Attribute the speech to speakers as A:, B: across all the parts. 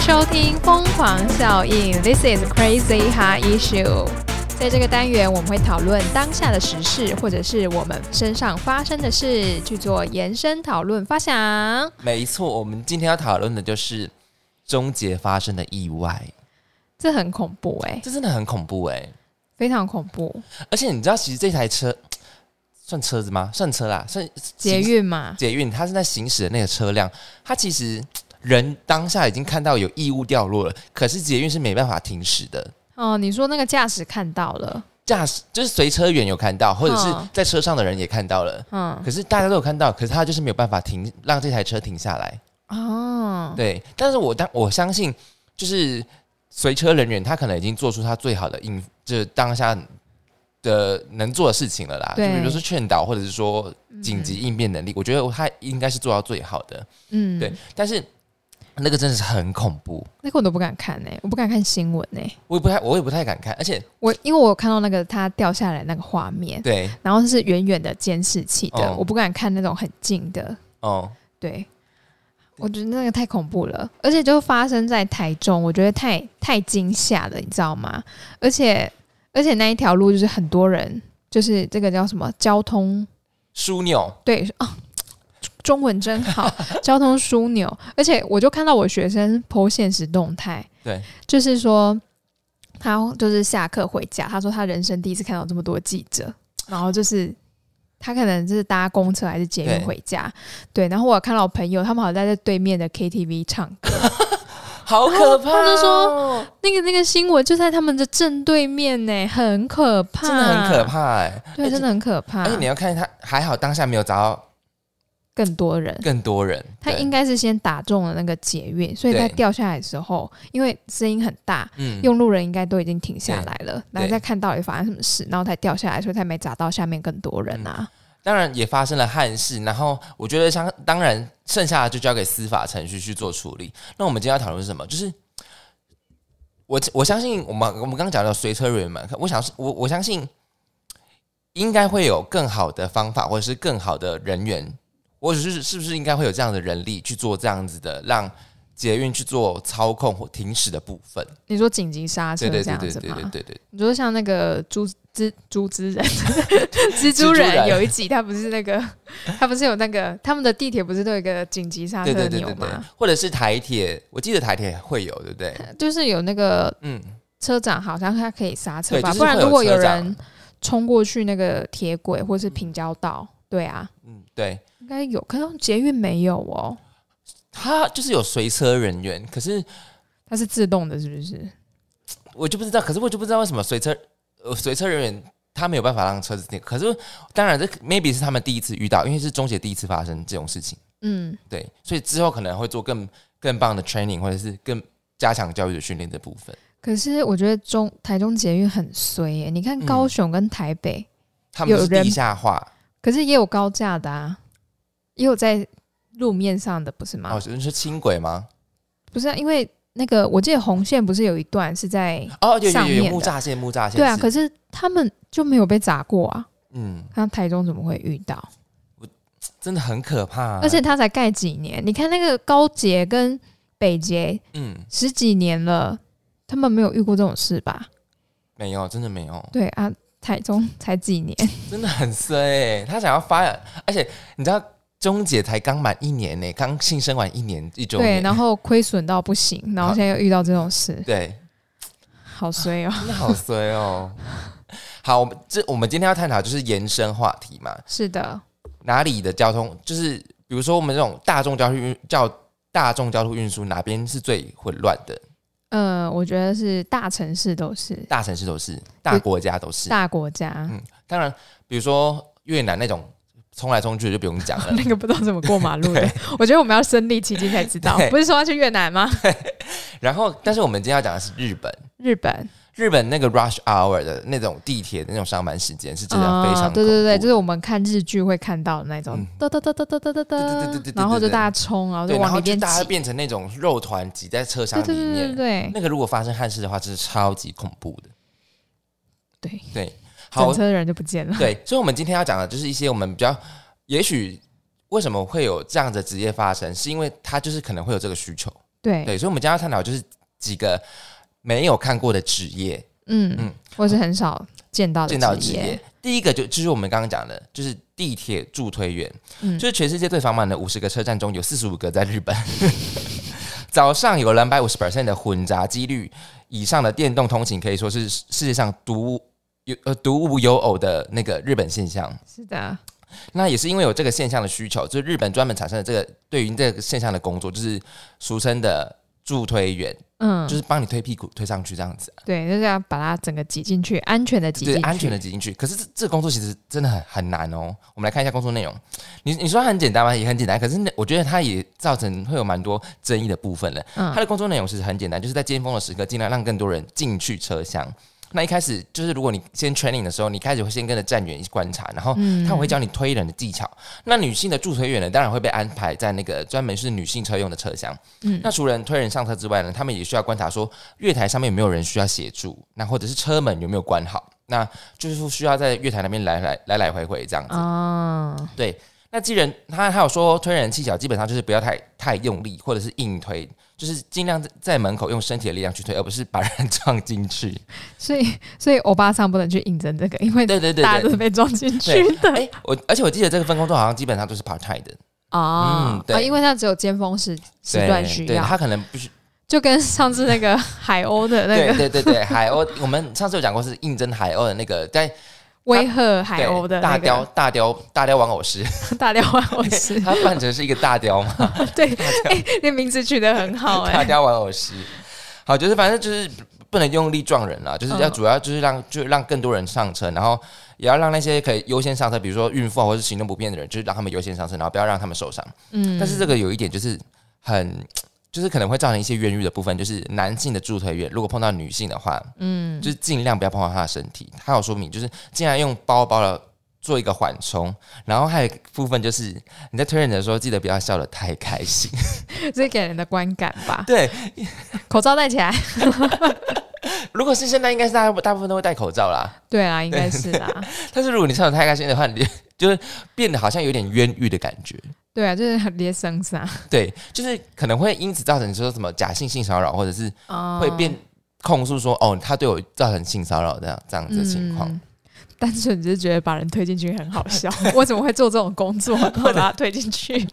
A: 收听《疯狂效应》，This is Crazy Ha Issue。在这个单元，我们会讨论当下的时事，或者是我们身上发生的事，去做延伸讨论发想。
B: 没错，我们今天要讨论的就是终结发生的意外，
A: 这很恐怖哎、
B: 这真的很恐怖哎、
A: 非常恐怖。
B: 而且你知道，其实这台车算车子吗？算车啦，算
A: 捷
B: 行
A: 运嘛，
B: 捷运，它是在行驶的那个车辆，它其实人当下已经看到有异物掉落了，可是捷运是没办法停驶的。
A: 哦，你说那个驾驶看到了，
B: 驾驶就是随车员有看到，或者是
A: 嗯
B: 在车上的人也看到了，
A: 嗯，
B: 可是大家都有看到，可是他就是没有办法停，让这台车停下来。
A: 哦，
B: 对，但是我当我相信，就是随车人员他可能已经做出他最好的应，就是当下的能做的事情了啦。就
A: 对
B: 比如说劝导，或者是说紧急应变能力，我觉得他应该是做到最好的。
A: 嗯，
B: 对，，但是那个真的是很恐怖，
A: 那个我都不敢看哎、我不敢看新闻哎、
B: 我也不太，我也不太敢看，而且
A: 我因为我有看到那个它掉下来那个画面，
B: 对，
A: 然后是远远的监视器的，
B: 哦
A: 我不敢看那种很近的。
B: 哦、
A: 对，我觉得那个太恐怖了，而且就发生在台中，我觉得太太惊吓了，你知道吗？而且而且那一条路就是很多人，就是这个叫什么交通
B: 枢纽，
A: 对啊。中文真 好，交通枢纽。而且我就看到我学生 PO 现实动态，
B: 对，
A: 就是说他就是下课回家，他说他人生第一次看到这么多记者，然后就是他可能就是搭公车还是捷运
B: 对
A: 回家，对。然后我有看到我朋友他们好像在对面的 KTV 唱歌，
B: 好可怕、哦
A: 他就说那个那个新闻就在他们的正对面呢，很可怕，
B: 真的很可，怕哎、
A: 对，
B: 而且
A: 真的很可怕
B: 而。且你要看他，还好当下没有找到
A: 更多人，
B: 更多人，
A: 他
B: 对
A: 应该是先打中了那个捷运，所以在
B: 对
A: 掉下来的时候，因为声音很大，
B: 嗯
A: 用路人应该都已经停下来了，然后
B: 对
A: 再看到底发生什么事，然后才掉下来，所以才没砸到下面更多人啊。
B: 当然也发生了憾事，然后我觉得像当然剩下的就交给司法程序去做处理。那我们今天要讨论是什么？就是我我相信我们我们刚刚讲到随车人嘛，我想是我我相信应该会有更好的方法，或者是更好的人员，或者是是不是应该会有这样的人力去做这样子的让捷运去做操控或停驶的部分？
A: 你说紧急刹车
B: 对对
A: 这
B: 对
A: 样
B: 对
A: 子
B: 对对
A: 吗？
B: 对对，
A: 你说像那个猪蜘猪蜘人、 蜘蛛
B: 蜘蛛
A: 人
B: 人
A: 有一集，他不是那 个，他不是有那个，他们的地铁不是都有一个紧急刹车
B: 对对对
A: 钮
B: 对对
A: 吗？，
B: 或者是台铁，我记得台铁会有，对不对？
A: 就是有那个
B: 嗯，
A: 车长好像他可以刹车
B: 对
A: 吧，
B: 就是
A: 不然
B: 会有
A: 如果有
B: 车长
A: 人冲过去那个铁轨或是平交道，对啊，
B: 嗯，对。
A: 应该有，可是捷运没有哦，
B: 他就是有随车人员，可是
A: 它是自动的，是不是？
B: 我就不知道，可是我就不知道为什么随车呃随车人员他没有办法让车子停。可是当然这 maybe 是他们第一次遇到，因为是中学第一次发生这种事情，
A: 嗯，
B: 对，所以之后可能会做更更棒的 training 或者是更加强教育的训练的部分。
A: 可是我觉得中台中捷运很衰耶、你看
B: 嗯
A: 高雄跟台北，
B: 他们
A: 有
B: 是
A: 人
B: 地下化，
A: 可是也有高架的啊，也有在路面上的，不是吗？
B: 哦，你说轻轨吗？
A: 不是、啊，因为那个我记得红线不是有一段是在
B: 哦，有
A: 上
B: 有有
A: 面
B: 有
A: 的
B: 木栅线，木栅线
A: 对啊，
B: 是
A: 可是他们就没有被砸过啊，
B: 嗯，
A: 那台中怎么会遇到？
B: 真的很可怕、啊
A: 而且它才盖几年，你看那个高捷跟北捷
B: 嗯，
A: 十几年了，他们没有遇过这种事吧？
B: 没有，真的没有。
A: 对啊，台中才几年，
B: 真的很衰、欸，他想要发展，而且你知道，钟姐才刚满一年呢、欸刚新生完一年一周
A: 对，
B: 年，
A: 然后亏损到不 行，然后现在又遇到这种事，
B: 对，
A: 好衰哦。
B: 真的好啊衰哦。 好，我们这我们今天要探讨就是延伸话题嘛，
A: 是的，
B: 哪里的交通，就是比如说我们这种大众交通运叫大众交通运输，哪边是最混乱的？
A: 呃，我觉得是大城市都是
B: 大城市都是，大国家都是。
A: 大国家，
B: 嗯当然，比如说越南那种冲来冲去的就不用讲了，
A: 那个不知道怎么过马路的
B: 对，
A: 我觉得我们要身临其境才知道。
B: 对
A: 不是说要去越南吗？
B: 然后，但是我们今天要讲的是日本。
A: 日本
B: 日本那个 rush hour 的那种地铁的那种上班时间是真的非常
A: 啊，
B: 恐怖、
A: 对对对，就是我们看日剧会看到的那种
B: 嗯，
A: 哒哒哒哒哒哒哒
B: 对对对
A: 哒
B: 对，对
A: 然后就
B: 对
A: 大家冲，然后
B: 对，然
A: 往
B: 后
A: 里
B: 就
A: 边挤
B: 大，家变成那种肉团挤在车厢
A: 对
B: 里
A: 对对对对对，
B: 面，那个如果发生憾事的话，真是超级恐怖的。
A: 对
B: 对，好
A: 整，车人就不见了。
B: 对，所以我们今天要讲的就是一些我们比较，也许为什么会有这样的职业发生，是因为他就是可能会有这个需求，
A: 对，
B: 对，所以我们今天要探讨就是几个没有看过的职业，
A: 嗯
B: 嗯
A: 嗯，我是很少见到的
B: 见到的
A: 职
B: 职
A: 业
B: 业。第一个就就是我们刚刚讲的，就是地铁助推员，
A: 嗯
B: 就是全世界最繁忙的五十个车站中有四十五个在日本。 早上有两百五十 percent 的混杂几率以上的电动通勤，可以说是世界上独有呃独无有偶的那个日本现象。
A: 是的，
B: 那也是因为有这个现象的需求，就是日本专门产生了这个对于这个现象的工作，就是俗称的助推员，
A: 嗯，
B: 就是帮你推屁股推上去这样子，
A: 对，就是要把它整个挤进去，安全的挤进
B: 对，
A: 去，
B: 安全的挤进去。可是这这个工作其实真的很很难哦。我们来看一下工作内容，你你说它很简单吗？也很简单，可是那我觉得它也造成会有蛮多争议的部分了。
A: 嗯
B: 它的工作内容其实很简单，就是在尖峰的时刻，尽量让更多人进去车厢。那一开始就是，如果你先 training 的时候，你开始会先跟着站员一起观察，然后
A: 嗯
B: 他们会教你推人的技巧。那女性的助推员呢，当然会被安排在那个专门是女性车用的车厢。
A: 嗯
B: 那除了推人上车之外呢，他们也需要观察说月台上面有没有人需要协助，那或者是车门有没有关好，那就是需要在月台那边来来来来回回这样子。
A: 啊，
B: 对，那既然他还有说推人技巧，基本上就是不要太太用力，或者是硬推，就是尽量在在门口用身体的力量去推，而不是把人 撞进去。
A: 所以所以欧巴桑不能去应征这个，因为
B: 对对对
A: 大家都
B: 对。
A: 是被撞进去
B: 对，
A: 的
B: 哎、我而且我记得这个份工作好像基本上都是 part time 的
A: 啊
B: 嗯对
A: 啊，因为它只有尖峰时时
B: 对
A: 段需
B: 对他
A: 要，
B: 可能不是，
A: 就跟上次那个海鸥的那
B: 对
A: 个
B: 对对对，海鸥，我们上次有讲过是应征海鸥的那个，在
A: 威吓海
B: 对
A: 鸥的
B: 大
A: 那
B: 雕
A: 个
B: 大雕大雕玩偶师，
A: 大雕 玩偶师，
B: 他扮成是一个大雕嘛，
A: 对， 哎，那名字取得很好
B: 大
A: 哎，
B: 雕玩偶师。好，就是反正就是不能用力撞人啦，就是要
A: 嗯
B: 主要就是让就让更多人上车，然后也要让那些可以优先上车，比如说孕妇啊或是行动不便的人，就是让他们优先上车，然后不要让他们受伤。
A: 嗯，
B: 但是这个有一点就是很。就是可能会造成一些冤狱的部分，就是男性的助推员如果碰到女性的话，
A: 嗯
B: 就是尽量不要碰到她的身体。他有说明，就是尽量用包包的做一个缓冲。然后还有一个部分就是你在推人的时候，记得不要笑得太 开心。
A: 这给人的观感吧，
B: 对，
A: 口罩戴起 来，
B: 如果是现在，应该是大大部分都会戴口罩啦。
A: 对啊，应该是啊，
B: 但是如果你笑得太开心的话，你 就就是变得好像有点冤狱的感觉。
A: 对啊，就是很猎生杀
B: 对，就是可能会因此造成说什么假性性骚扰，或者是
A: 啊，
B: 会变控诉说哦，他对我造成性骚扰这样这样子的情况。
A: 嗯单纯只是觉得把人推进去很好 笑，我怎么会做这种工作，然后把他推进去？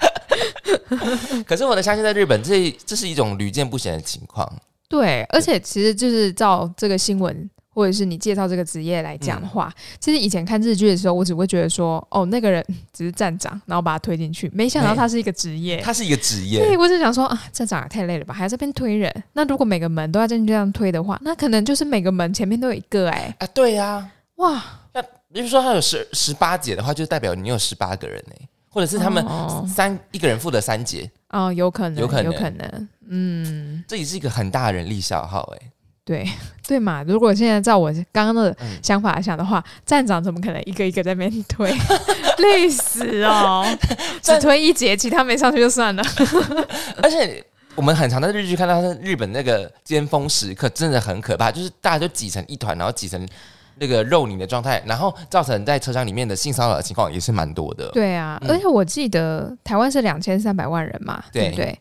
B: 可是我能相信，在日本这这是一种屡见不鲜的情况。
A: 对，而且其实就是照这个新闻或者是你介绍这个职业来
B: 嗯
A: 讲的话，其实以前看日剧的时候，我只会觉得说，哦，那个人 只是站长，然后把他推进去，没想到
B: 没
A: 他是一个职业。
B: 它是一个职业，
A: 对，我只想说啊，站长也太累了吧，还要这边推人。那如果每个门都要进去这样推的话，那可能就是每个门前面都有一个哎、
B: 啊，对呀、
A: 哇，
B: 比如说他有十十八节的话，就代表你有十八个人呢、或者是他们
A: 哦
B: 三、一个人负责三节，
A: 哦，有可能，
B: 有可
A: 有
B: 能
A: 可能，嗯，
B: 这也是一个很大的人力消耗哎、
A: 对对嘛。如果现在照我刚刚的
B: 嗯
A: 想法来想的话，站长怎么可能一个一个在那边推， 累死哦！ 只
B: 站
A: 推一节，其他没上去就算了。
B: 而且我们很常在日剧看到，是日本那个尖峰时刻真的很可怕，就是大家就挤成一团，然后挤成那个肉泥的状态，然后造成在车厢里面的性骚扰的情况也是蛮多 的。
A: 对啊，
B: 嗯
A: 而且我记得台湾是两千三百万人嘛，对不
B: 对
A: 对？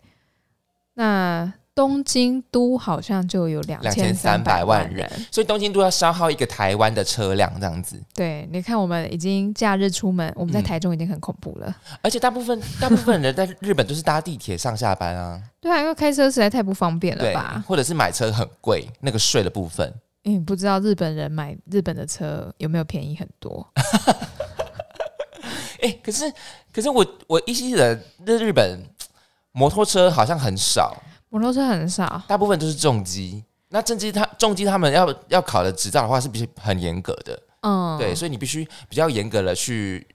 A: 那东京都好像就有两三
B: 2300
A: 万
B: 万人。所以东京都要消耗一个台湾的车辆这样子，
A: 对，你看我们已经假日出门，我们在
B: 嗯
A: 台中已经很恐怖了。
B: 而且大部分大部分人在日本都是搭地铁上下班啊，
A: 对啊，因为开车实在太不方便了
B: 对
A: 吧？，
B: 或者是买车很贵，那个税的部分。
A: 因为你不知道日本人买日本的车有没有便宜很多？
B: 哎、可是可是我我依稀的那日本摩托车好像很少，
A: 摩托车很少，
B: 大部分都是重机。那重机他重机他们要要考的执照的话是必须很严格的，
A: 嗯，
B: 对，所以你必须比较严格的去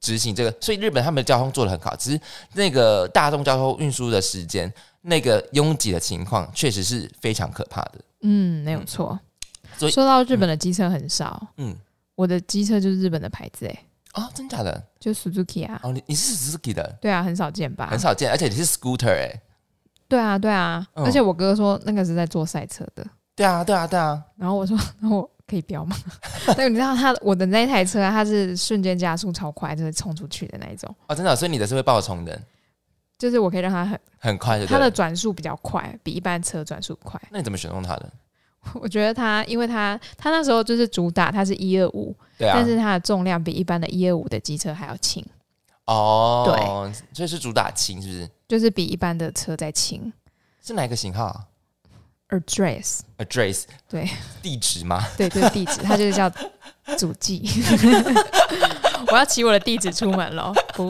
B: 执行这个。所以日本他们的交通做得很好，只是那个大众交通运输的时间，那个拥挤的情况确实是非常可怕的。
A: 嗯，没有错。
B: 嗯所以
A: 说到日本的机车很少，
B: 嗯，
A: 我的机车就是日本的牌子、欸，
B: 哦，真假的？
A: 就 Suzuki 啊，
B: 哦，你你是 Suzuki 的，
A: 对啊，很少见吧？
B: 很，少见，而且你是 scooter 哎、
A: 对啊，对啊。
B: 嗯
A: 而且我哥说那个是在做赛车的，
B: 对啊，对啊，对啊，
A: 然后我说， 那我可以飙吗？ 但你知道他我的那一台车啊，它是瞬间加速超快，就是冲出去的那一种。
B: 哦，真的哦、所以你的是会爆冲的。
A: 就是我可以让它很
B: 很快就对
A: 它的
B: 了。
A: 转速比较快，比一般车转速快。
B: 那你怎么选中它的？
A: 我觉得它，因为它它那时候就是主打它是一二五，
B: 对啊
A: 但，是它的重量比一般的一二五的机车还要轻，
B: 哦，对，这是主打轻是不是？
A: 就是比一般的车再轻。
B: 是哪一个型号啊
A: Address，
B: ？Address
A: 对
B: 地址吗？
A: 对，就是地址，它就是叫主记。 我要骑我的地址出门了。不，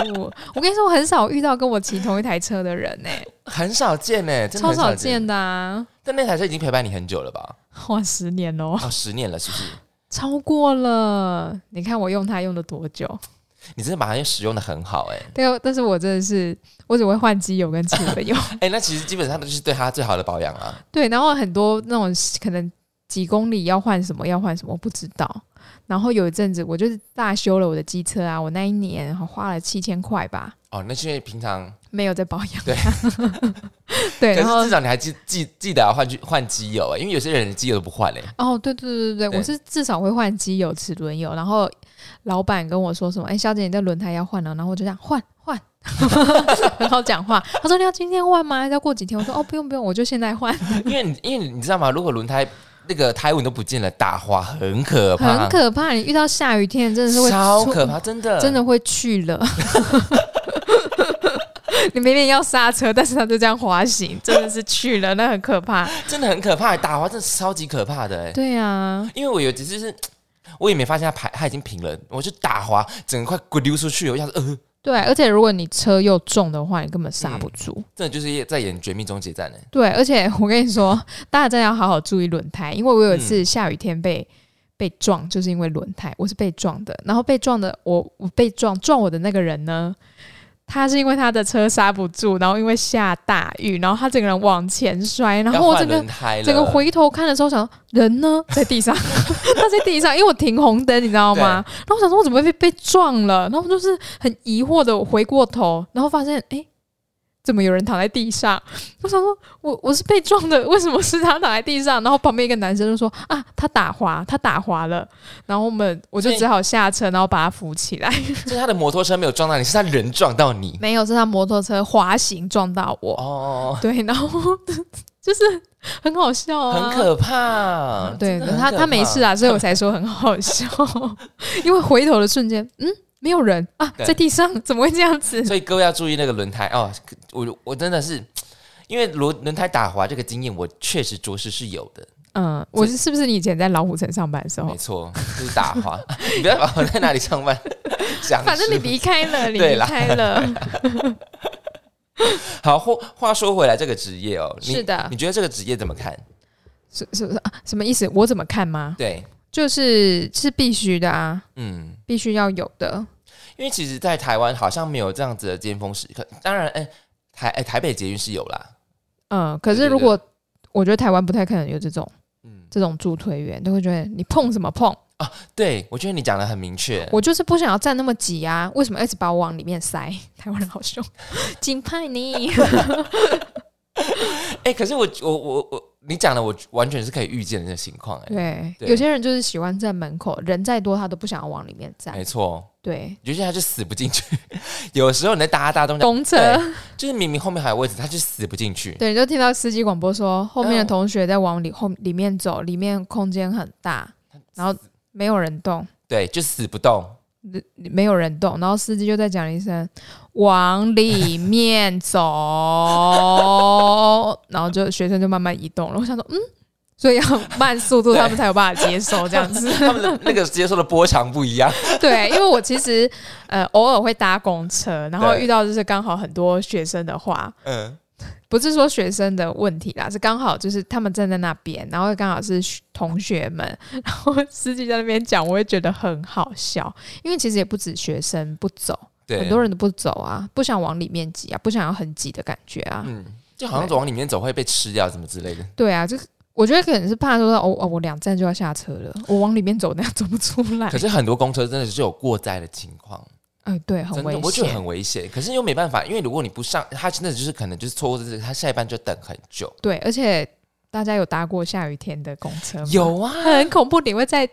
A: 我跟你说，我很少遇到跟我骑同一台车的人呢、
B: 很少见呢，真的
A: 超
B: 很
A: 少
B: 见
A: 见。的啊！
B: 但那台车已经陪伴你很久了吧？
A: 哇，十年喽，
B: 哦，十年了是不是？
A: 超过了。你看我用它用了多久？对
B: 你真的把它使用的很好哎
A: 但但是我真的是，我只会换机油跟汽油油。
B: 哎，那其实基本上都是对它最好的保养啊。
A: 对，然后很多那种可能几公里要换什么要换什么我不知道。然后有一阵子我就是大修了我的机车啊，我那一年花了七千块吧，
B: 哦，那是因为平常，
A: 没有在保养。
B: 对
A: 对，
B: 可
A: 然后
B: 是至少你还记记记得要换去换机油哎，因为有些人机油都不换嘞。哎
A: 哦，对对对对对，
B: 对
A: 我是至少会换机油、齿轮油。然后老板跟我说什么？哎，小姐，你的轮胎要换了。然后我就这样换换，很好讲话。他说你要今天换吗？还是要过几天？我说哦，不用不用，我就现在换，
B: 因为你因为你知道吗？如果轮胎那个胎纹都不见了，打滑很可怕，
A: 很可怕。你遇到下雨天真的是会
B: 超
A: 出
B: 可怕，真的
A: 真的会去了。 你明明要刹车，但是他就这样滑行，真的是去了，那很可怕。
B: 真的很可怕，打滑真的是超级可怕的哎。
A: 对啊，
B: 因为我有几次是，我也没发现它排它已经平了，我就打滑，整个快滚溜出去了，我想说呃，
A: 对，而且如果你车又重的话，你根本刹不住。
B: 真的就是在演《绝命终结战》欸呢。
A: 对，而且我跟你说，大家真的要好好注意轮胎，因为我有一
B: 嗯
A: 次下雨天被、被撞，就是因为轮胎，我是被撞的。然后被撞的我，我被撞撞我的那个人呢，他是因为他的车刹不住，然后因为下大雨，然后他整个人往前摔，然后
B: 要
A: 我
B: 换
A: 整个
B: 轮胎了
A: 整个回头看的时候想，人 呢在地上，他在地上，因为我停红灯，你知道吗？然后我想说，我怎么会被被撞了？然后我就是很疑惑的回过头，然后发现，诶，怎么有人躺在地上？我想说，我我是被撞的， 为什么是他躺在地上？然后旁边一个男生就说：“啊，他打滑，他打滑了。”然后我们我就
B: 所以
A: 只好下车，然后把他扶起来。
B: 就是他的摩托车没有撞到你，是他人撞到你。
A: 没有，是他摩托车滑行撞到我。
B: 哦，
A: 对，然后 就是很好笑啊，
B: 很可怕。
A: 对
B: 啊真的很
A: 他，
B: 可
A: 他没事
B: 怕。
A: 啊，所以我才说很好笑， 因为回头的瞬间，嗯，没有人啊，
B: 对
A: 在地上怎么会这样子？
B: 所以各位要注意那个轮胎哦。我我真的是。因为轮轮胎打滑这个经验，我确实着实是有的，
A: 嗯，我是是不是你以前在老虎城上班的时候
B: 没？错，就是打滑。 你不要把我在哪里 上班，想
A: 反正你
B: 吃
A: 离开了，你
B: 对
A: 离
B: 啦
A: 开了，
B: 好话话说回来，这个职业哦，你
A: 是的
B: 你觉得这个职业怎么看？
A: 什什什啊什么意思？我怎么看吗？
B: 对，
A: 就是是必须的啊，
B: 嗯，
A: 必须要有的。
B: 因为其实，在台湾好像没有这样子的尖峰时刻。当然，哎、台哎、台北捷运是有啦，
A: 嗯，可是
B: 对对
A: 如果我觉得台湾不太可能有这种
B: 嗯，
A: 这种助推员，都会觉得你碰什么碰，
B: 对，我觉得你讲的很明确。
A: 我就是不想要站那么挤啊，为什么一直把我往里面塞？ 台湾人好凶，紧派你。
B: 哎、可是我我我我，你讲的我完全是可以预见的这个情况、哎，
A: 对，
B: 对
A: 有些人就是喜欢在门口，人再多他都不想要往里面站。
B: 没错，
A: 对，
B: 有些人他就死不进去。 有时候你在搭大东，
A: 公车，
B: 对就是明明后面还有位置，他就死不进去。
A: 对，你就听到司机广播说，后面
B: 然
A: 的
B: 后
A: 同学在往里后里面走，里面空间很大，
B: 嗯
A: 然后没有人动，
B: 对，就死不动。
A: 没有人动，然后司机就在讲一声往里面走，然后就学生就慢慢移动了。我想说，嗯，所以要慢速度，
B: 对
A: 他们才有办法接受这样子。
B: 他们的那个接受的波长不一样。
A: 对，因为我其实呃偶尔会搭公车，然后
B: 对
A: 遇到就是刚好很多学生的话，
B: 嗯，
A: 不是说学生的问题啦，是刚好就是他们站在那边，然后刚好是学同学们， 然后司机在那边讲，我会觉得很好笑，因为其实也不止学生不走，
B: 对，
A: 很多人都不走啊，不想往里面挤啊，不想要很挤的感觉啊，
B: 嗯，就好像往里面走会被吃掉，什么之类的。
A: 对啊，就是。我觉得可能是怕说哦哦，我两站就要下车了，我往里面走，那样走不出来
B: 可。是很多公车真的是有过载的情况，
A: 哎，对，很
B: 真
A: 危
B: 的
A: 险。
B: 我觉得很危险。可是又没办法，因为如果你不上，他真的就是可能就是错过这个，他下一班就等很久。
A: 对，而且大家有搭过下雨天的公车吗？，
B: 有啊，
A: 很恐怖，你会在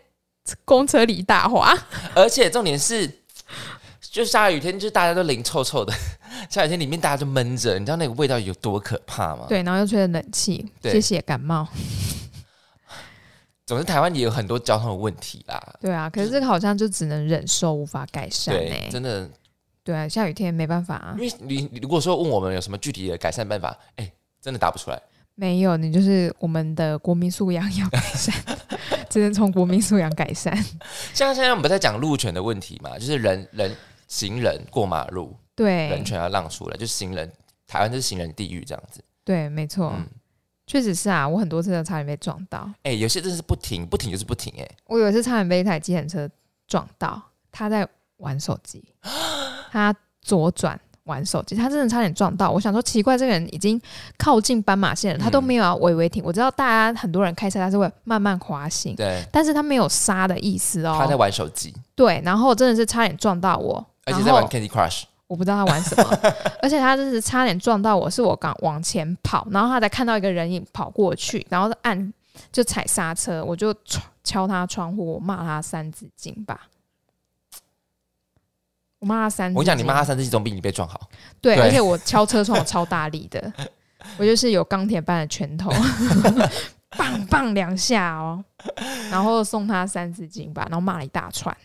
A: 公车里
B: 嗯
A: 打滑。
B: 而且重点是，就下雨天，就大家都淋臭臭的， 下雨天里面大家就闷着，你知道那个味道有多可怕吗？，
A: 对，然后又吹着冷气，
B: 对
A: 谢谢感冒。
B: 总之台湾也有很多交通的问题啦。
A: 对啊，可是这个好像就只能忍受，无法改善呢、
B: 对，真的，
A: 对啊，下雨天没办法啊
B: 因，为你你如果说问我们有什么具体的改善办法，哎、真的答不出来。
A: 没有你就是我们的国民素养要改善， 只能从国民素养改善。
B: 像现在我们在讲路权的问题嘛，就是人人行人过马路，
A: 对
B: 人，权要让出来，就是行人，台湾就是行人地狱这样子。
A: 对，没错，
B: 嗯，
A: 确实是啊，我很多次都差点被撞到。
B: 哎、有些真是不停，不停就是不停、哎，
A: 我有一次差点被一台计程车撞到，他在玩手机，他左转玩手机，他真的差点撞到。我想说奇怪，这个人已经靠近斑马线了，他都
B: 嗯
A: 没有要微微停。我知道大家很多人开车他是会慢慢滑行，
B: 对，
A: 但是他没有刹的意思
B: 他在
A: 嗯哦。
B: 玩手机，
A: 对，然后真的是差点撞到我，
B: 而且
A: 然
B: 在玩
A: 后
B: Candy Crush。
A: 我不知道他玩什么， 而且他真是差点撞到我，是我刚往前跑，然后他才看到一个人影跑过去，然后按就踩刹车，我就戳敲他窗户，我骂他三字经吧，我骂他三字经，
B: 我跟你讲，你骂他三字经总比你被撞好。
A: 对，
B: 对
A: 而且我敲车窗我超大力 的，我就是有钢铁般的拳头， 棒棒两下哦，然后送他三字经吧，然后骂了一大串，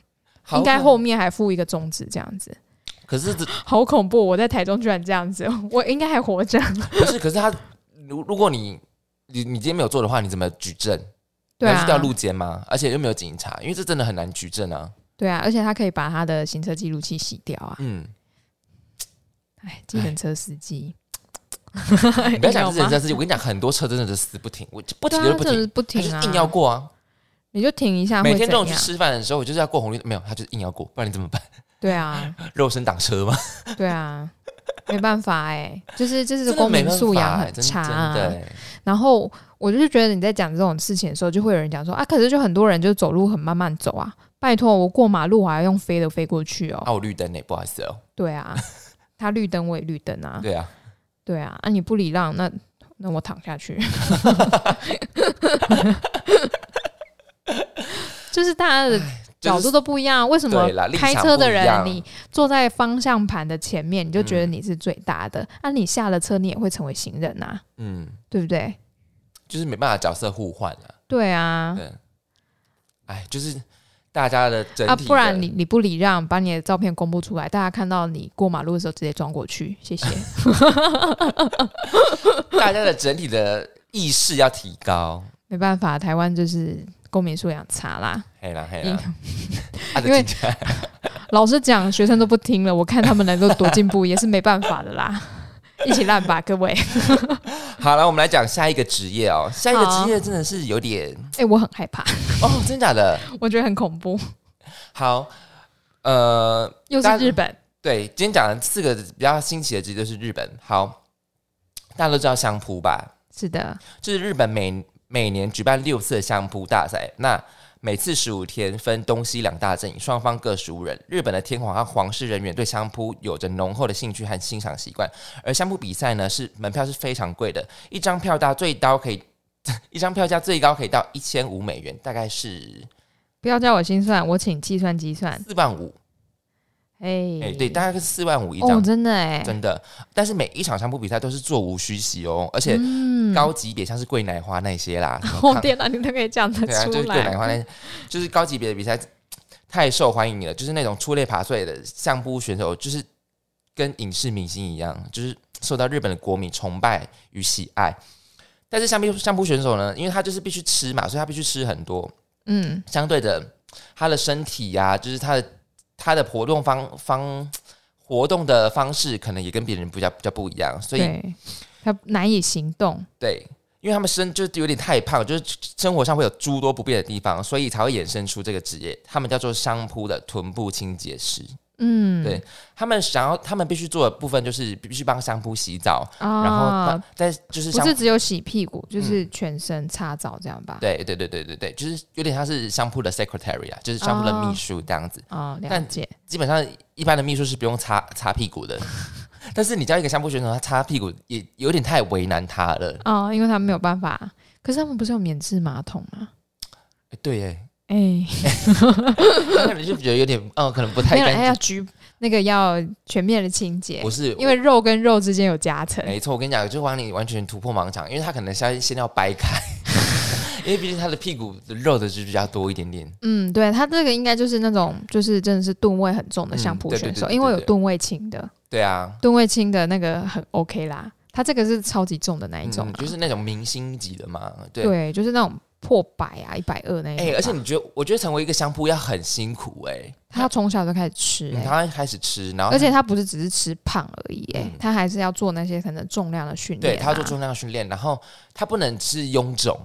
B: 好
A: 嗯应该
B: 可
A: 后面还附一个中指这样子。
B: 可是这
A: 好恐怖！我在台中居然这样子， 我应该还活 着。
B: 不是，可是他如如果你你你今天没有做的话，你怎么举证？
A: 对
B: 难
A: 啊
B: 道是，掉路肩吗？而且又没有警察，因为这真的很难举证 啊。
A: 对啊，而且他可以把他的行车记录器洗掉啊！
B: 嗯，
A: 哎，计程车司机，
B: 你不要讲
A: 硬
B: 是人
A: 吗
B: 生事情，我跟你讲，很多车真的是死不停，我就不
A: 哎对啊，
B: 停就是不
A: 真的是不停
B: 停，他就是
A: 啊，
B: 硬要过啊。
A: 你就停一下，
B: 每天中午
A: 会
B: 去
A: 怎样
B: 吃饭的时候，我就是要过红绿灯，没有，他就是硬要过，不然你怎么办？
A: 对啊，
B: 肉身挡车吗？
A: 对啊，没办法哎、就是就是
B: 真的
A: 公
B: 没
A: 民
B: 办
A: 素养
B: 法，
A: 很
B: 真
A: 差、啊。
B: 真的欸。
A: 然后我就是觉得你在讲这种事情的时候，就会有人讲说啊，可是就很多人就走路很慢慢走啊，拜托我过马路我还要用飞的飞过去哦。
B: 啊，我绿灯呢，不好意思哦。
A: 对啊，他绿灯我也绿灯啊。
B: 对啊，
A: 对啊，啊你不礼让，那那我躺下去。 就是大家的角
B: 就是
A: 度都不一样，啊为什么
B: 对啦立场
A: 开车的
B: 不一样嗯
A: 人你坐在方向盘的前面，你就觉得你是最大的？那、你下了车，你也会成为行人啊，
B: 嗯，
A: 对不对？
B: 就是没办法角色互换啊。
A: 对啊，
B: 对，哎，就是大家的整体
A: 啊，
B: 的
A: 不然你你不礼让，把你的照片公布出来，大家看到你过马路的时候直接撞过去，谢 谢。
B: 大家的整体的意识要提高。
A: 没办法，台湾就是公民素养差啦。
B: 嘿啦嘿
A: 因
B: 啦，啊，
A: 因为
B: 就进去啊
A: 老师讲，学生都不听了，我看他们能够多进步也是没办法的 啦，一起烂吧，各位。
B: 好了，我们来讲下一个职业哦。下一个
A: 好
B: 职业真的是有点
A: 哎、我很害怕，
B: 哦，真假的？
A: 我觉得很恐怖，
B: 好，呃，
A: 又是
B: 但
A: 日本，
B: 对，今天讲的四个比较新奇的职业就是日本。好，大家都知道相扑吧？
A: 是的，
B: 就是日本每每年举办六次的相扑大赛，那每次十五天，分东西两大阵营，双方各十五人。日本的天皇和皇室人员对相扑有着浓厚的兴趣和欣赏习惯，而相扑比赛呢是门票是非常贵的，一张票价最高可以。 一张票价最高可以到一千五美元，大概是
A: 不要叫我心算，我请计算机算。
B: 四万五。
A: 哎、
B: 哎、对，大概是四万五一张
A: 哦，，真的哎、
B: 真的。但是每一场相扑比赛都是座无虚席哦，而且
A: 嗯，
B: 高级别像是桂奶花那些啦，什么
A: 哦
B: 抗
A: 天哪，你都可以讲得
B: 对啊，
A: 出
B: 就是桂
A: 来，
B: 奶花那，就是高级别的比赛太受欢迎了，就是那种出类拔萃的相扑选手，就是跟影视明星一样，就是受到日本的国民崇拜与喜爱。但是相扑相扑选手呢，因为他就是必须吃嘛，所以他必须吃很多，
A: 嗯，
B: 相对的，他的身体呀、就是他的他的活动方方活动的方式，可能也跟别人比较比较不一样，所以
A: 对，他难以行动，
B: 对，因为他们身就是有点太胖，就是生活上会有诸多不便的地方，所以才会衍生出这个职业，他们叫做相扑的臀部清洁师。
A: 嗯，
B: 对他们想要，他们必须做的部分就是必须帮相扑洗澡，
A: 啊，
B: 然后帮在就是
A: 不
B: 相
A: 是只有洗屁股，就是全身擦澡这样吧？
B: 对对对对对对，就是有点像是相扑的 secretary 啊，就是相扑的秘书这样子。
A: 哦，了
B: 但
A: 解，
B: 基本上一般的秘书是不用擦擦屁股的， 但是你叫一个相扑选手他擦屁股也有点太为难他了。
A: 哦，因为他们没有办法，可是他们不是有免治马桶吗？
B: 欸对耶，
A: 哎，
B: 他可能就觉得有点，嗯，可能不太
A: 没有啦，还要
B: 干净。
A: 局那个要全面的清洁
B: 不，是，哎
A: 因为肉跟肉之间有夹层。
B: 没错，我跟你讲，就让你完全突破盲肠，因为他可能先先要掰开， 因为毕竟他的屁股的肉的就比较多一点点。
A: 嗯，对，它这个应该就是那种就是真的是吨位很重的相扑
B: 嗯对对
A: 选
B: 对
A: 手，
B: 对
A: 因为
B: 对
A: 有吨位轻的，
B: 对啊，
A: 吨位轻的那个很 OK 啦。它这个是超级重的那一种
B: 嗯
A: 啊、
B: 就是那种明星级的嘛。对，
A: 对，就是那种破百啊，一百二那一种
B: 哎、
A: 吧。
B: 而且你觉得，我觉得成为一个相扑要很辛苦哎、
A: 他从小就开始吃、
B: 嗯
A: 哎
B: 他开始吃，然后
A: 而且他不是只是吃胖而已、哎、
B: 嗯
A: 他还是要做那些可能重量的训练、啊。
B: 对他要做重量训练，然后他不能吃臃肿，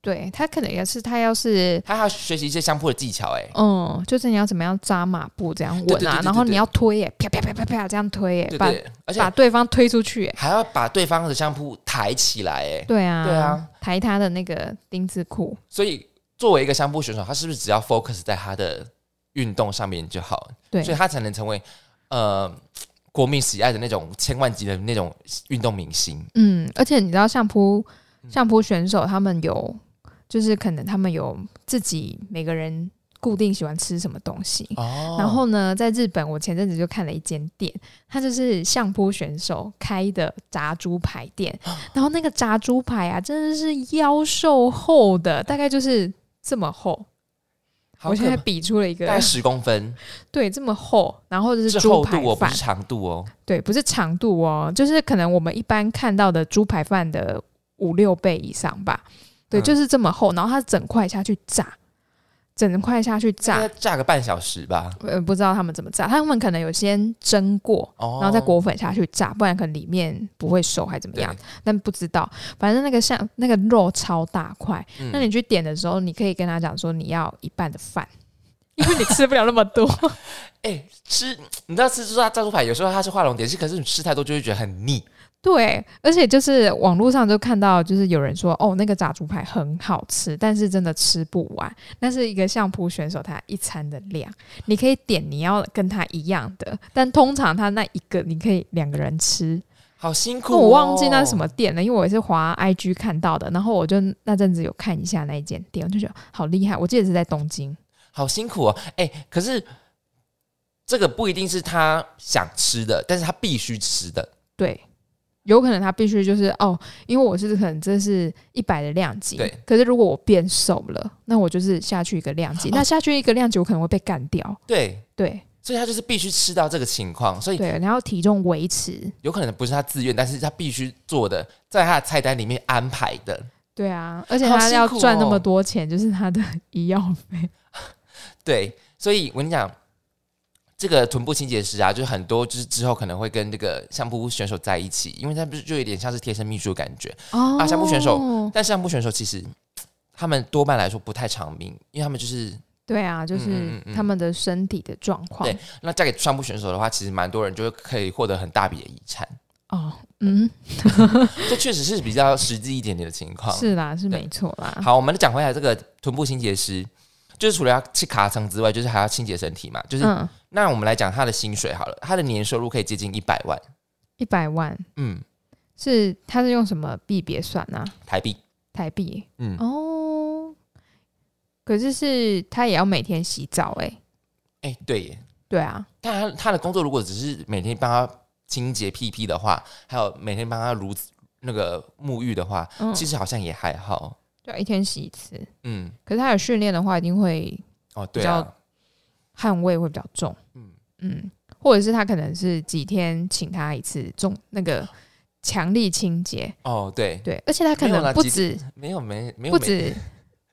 A: 对他可能也是，他要是
B: 他还要学习一些相扑的技巧哎、
A: 嗯，就是你要怎么样扎马步这样
B: 对
A: 稳
B: 对
A: 啊
B: 对，对
A: 然后
B: 对
A: 你要推、哎，啪啪啪啪啪这样推、哎
B: 对
A: 把
B: 对，而且
A: 把对方推出去、哎
B: 还要把对方的相扑抬起来哎、
A: 对啊，
B: 对啊，
A: 抬他的那个丁字裤，
B: 所以作为一个相扑选手，他是不是只要 focus 在他的运动上面就好？
A: 对
B: 所以他才能成为呃国民喜爱的那种千万级的那种运动明星。
A: 嗯，而且你知道相扑
B: 嗯
A: 相扑选手他们有，就是可能他们有自己每个人固定喜欢吃什么东西。
B: 哦
A: 然后呢，在日本，我前阵子就看了一间店，它就是相扑选手开的炸猪排店。
B: 哦
A: 然后那个炸猪排啊，真的是腰瘦厚的，大概就是这么厚。
B: 好
A: 我
B: 可
A: 现在比出了一个
B: 大概，十公分，
A: 对，这么厚，然后就是
B: 是
A: 猪
B: 厚
A: 排
B: 度哦，不
A: 饭
B: 是，长度哦。
A: 对，不是长度哦，就是可能我们一般看到的猪排饭的五六倍以上吧。对，
B: 嗯
A: 就是这么厚，然后它整块下去炸，整块下去
B: 大概
A: 炸。
B: 炸个半小时吧。
A: 呃，不知道他们怎么炸，他们可能有先蒸过，
B: 哦，
A: 然后再裹粉下去炸，不然可能里面不会熟还怎么
B: 对
A: 样，，但不知道。反正那个像那个肉超大块，
B: 嗯
A: 那你去点的时候，你可以跟他讲说你要一半的饭， 因为你吃不了那么多。
B: 哎、吃，你知道吃炸炸猪排，有时候它是画龙点睛，可是你吃太多就会觉得很腻。
A: 对，而且就是网络上就看到，就是有人说哦，那个炸猪排很好吃，但是真的吃不完。那是一个相扑选手他一餐的量，你可以点你要跟他一样的，但通常他那一个你可以两个人吃。
B: 好辛苦、
A: 那
B: 哦，
A: 我忘记那是什么店了，因为我也是滑 IG 看到的，然后我就那阵子有看一下那一间店，我就觉得好厉害。我记得是在东京，
B: 好辛苦哦。哎、可是这个不一定是他想吃的，但是他必须吃的。
A: 对，有可能他必须就是哦，因为我是可能这是一百的量级，
B: 对。
A: 可是如果我变瘦了，那我就是下去一个量
B: 哦
A: 级，那下去一个量级我可能会被干掉，
B: 对，
A: 对
B: 所以他就是必须吃到这个情况，所以
A: 对，然后体重维持，
B: 有可能不是他自愿，但是他必须做的，在他的菜单里面安排的。
A: 对啊，而且
B: 好
A: 他
B: 辛
A: 要
B: 苦
A: 赚那么
B: 哦
A: 多钱，就是他的医药 费，
B: 对，所以我跟你讲，这个臀部清洁师啊，就是很多就是之后可能会跟这个相扑选手在一起，因为他不是就有点像是贴身秘书的感觉。
A: 哦
B: 相扑选手但是相扑选手其实他们多半来说不太长命，因为他们就是
A: 对啊，就
B: 嗯
A: 是
B: 嗯嗯
A: 他们的身体的状况，
B: 对那嫁给相扑选手的话，其实蛮多人就可以获得很大笔的遗产，
A: 哦，嗯，
B: 这确实是比较实际一点点的情况。
A: 是啊啦，是
B: 对
A: 没错啦，
B: 好，我们讲回来这个臀部清洁师，就是除了要去卡层之外，就是还要清洁身体嘛。就是、
A: 嗯，
B: 那我们来讲他的薪水好了，他的年收入可以接近一百万，
A: 一百万
B: 嗯，
A: 是他是用什么币别算呢、啊？
B: 台币，
A: 台币
B: 嗯，
A: 哦，可是是他也要每天洗澡哎、
B: 哎、对耶。
A: 对啊，
B: 但他他的工作如果只是每天帮他清洁屁屁的话，还有每天帮他如那个沐浴的话，
A: 嗯，
B: 其实好像也还好。
A: 对啊，一天洗一次。
B: 嗯，
A: 可是他有训练的话，一定会
B: 哦，对啊，
A: 汗味会比较重，
B: 嗯，
A: 嗯，或者是他可能是几天请他一次重那个强力清洁，
B: 哦，对，
A: 对，而且他可
B: 没有啦
A: 能不
B: 几
A: 止
B: 没有没没有
A: 不
B: 没
A: 止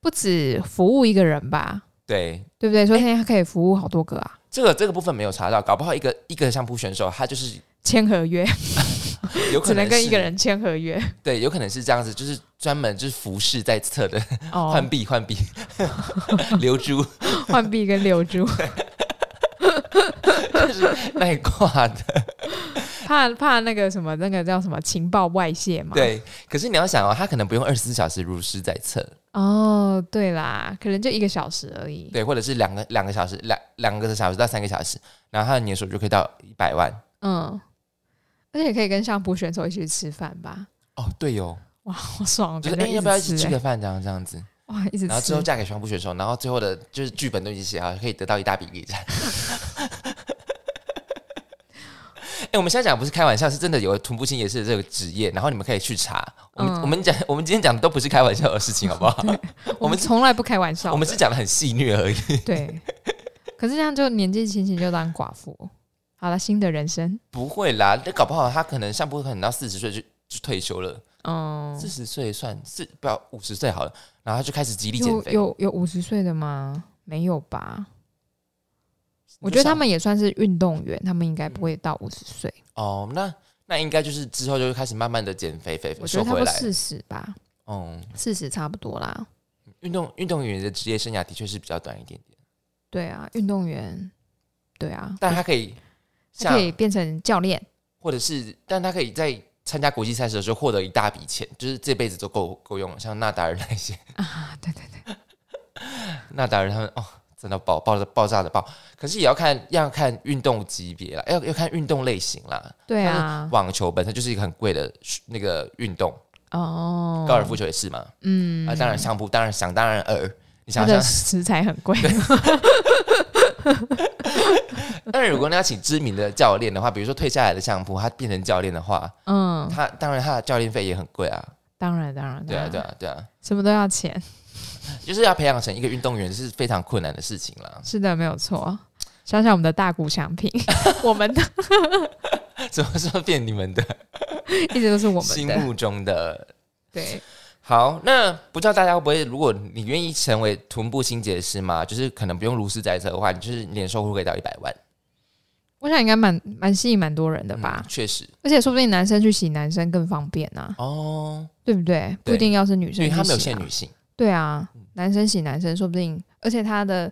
A: 不止服务一个人吧，
B: 对。
A: 对不对？说不定他可以服务好多个啊，
B: 这个这个部分没有查到，搞不好一个一个相扑选手，他就是
A: 签合约
B: 有可
A: 只能跟
B: 是
A: 一个人签合 约
B: 对，有可能是这样子，就是专门就是服侍在侧的，
A: 哦，
B: 换币换币，流珠
A: 换币跟留住，
B: 那一挂 的。
A: 怕怕那个什么那个叫什么情报外泄嘛，
B: 对，可是你要想哦，他可能不用二十四小时如师在侧，
A: 哦，对啦，可能就一个小时而已。
B: 对，或者是两个两个小时，两两个小时到三个小时，然后他的年收入就可以到一百万。
A: 嗯，而且可以跟相扑选手一起去吃饭吧，
B: 哦，对哟，
A: 哇，好爽哦！
B: 就是
A: 感
B: 哎、
A: 觉
B: 要不要一
A: 直
B: 起
A: 吃
B: 吃
A: 欸
B: 个饭？这样这样子，
A: 哇，一直
B: 然后
A: 吃
B: 最后，嫁给全部选手，然后最后的就是剧本都已经写好，可以得到一大笔礼赞。 哎、我们现在讲不是开玩笑，是真的有臀部清洁师的这个职业，然后你们可以去查。我们、
A: 嗯
B: 我们讲，我们今天讲的都不是开玩笑的事情，好不好？
A: 我们从来不开玩笑的，
B: 我们是讲的很戏谑而已。
A: 对。可是这样就年纪轻轻就当寡妇，好了，新的人生，
B: 不会啦，那搞不好他可能上部可能到四十岁就就退休了，
A: 嗯，
B: 四十岁算四不要五十岁好了，然后他就开始极力减
A: 有
B: 肥。
A: 有有五十岁的吗？没有吧？我
B: 就
A: 觉得
B: 像
A: 他们也算是运动员，他们应该不会到五十岁。
B: 哦，那那应该就是之后就会开始慢慢的减肥，肥
A: 我
B: 肥
A: 觉
B: 嗯瘦
A: 得差
B: 回
A: 不多
B: 来。
A: 四十吧，
B: 嗯，
A: 四十差不多啦。
B: 运动运动员的职业生涯的确是比较短一点点，
A: 对啊，运动员，对啊，
B: 但他可以
A: 他
B: 像
A: 可以变成教练。
B: 或者是，但他可以在参加国际赛事的时候获得一大笔钱，就是这辈子都够够用了。像纳达尔那些，
A: 啊，对对对，
B: 纳达尔他们哦，真的爆爆爆炸的爆，可是也要看要看运动级别啦，要要看运动类型啦。
A: 对啊，
B: 网球本身就是一个很贵的那个运动，
A: 哦，
B: 高尔夫，球也是嘛。
A: 嗯，
B: 啊，当然相扑，当然想当然尔，你
A: 它
B: 想
A: 的
B: 想，
A: 食材很贵，
B: 但是如果你要请知名的教练的话，比如说退下来的相扑，他变成教练的话，
A: 嗯，
B: 他当然他的教练费也很贵啊。
A: 当然当然，
B: 对啊，对，啊，对啊，
A: 什么都要钱，
B: 就是要培养成一个运动员是非常困难的事情啦。
A: 是的，没有错。想想我们的大股奖品，我们的
B: 怎么说变你们的
A: 一直都是我们
B: 心
A: 的，
B: 目中的？
A: 对，
B: 好，那不知道大家会不会，如果你愿意成为臀部清洁师嘛，就是可能不用如实在测的话，你就是年收入可以到一百万
A: 我想应该蛮蛮吸引蛮多人的吧
B: 嗯，确实
A: 而且说不定男生去洗男生更方便啊，
B: 哦，
A: 对不对？不一
B: 对
A: 定要是女
B: 因
A: 生
B: 为
A: 去洗、啊，
B: 他没有限女嗯性，
A: 对啊，男生洗男生，说不定，而且他的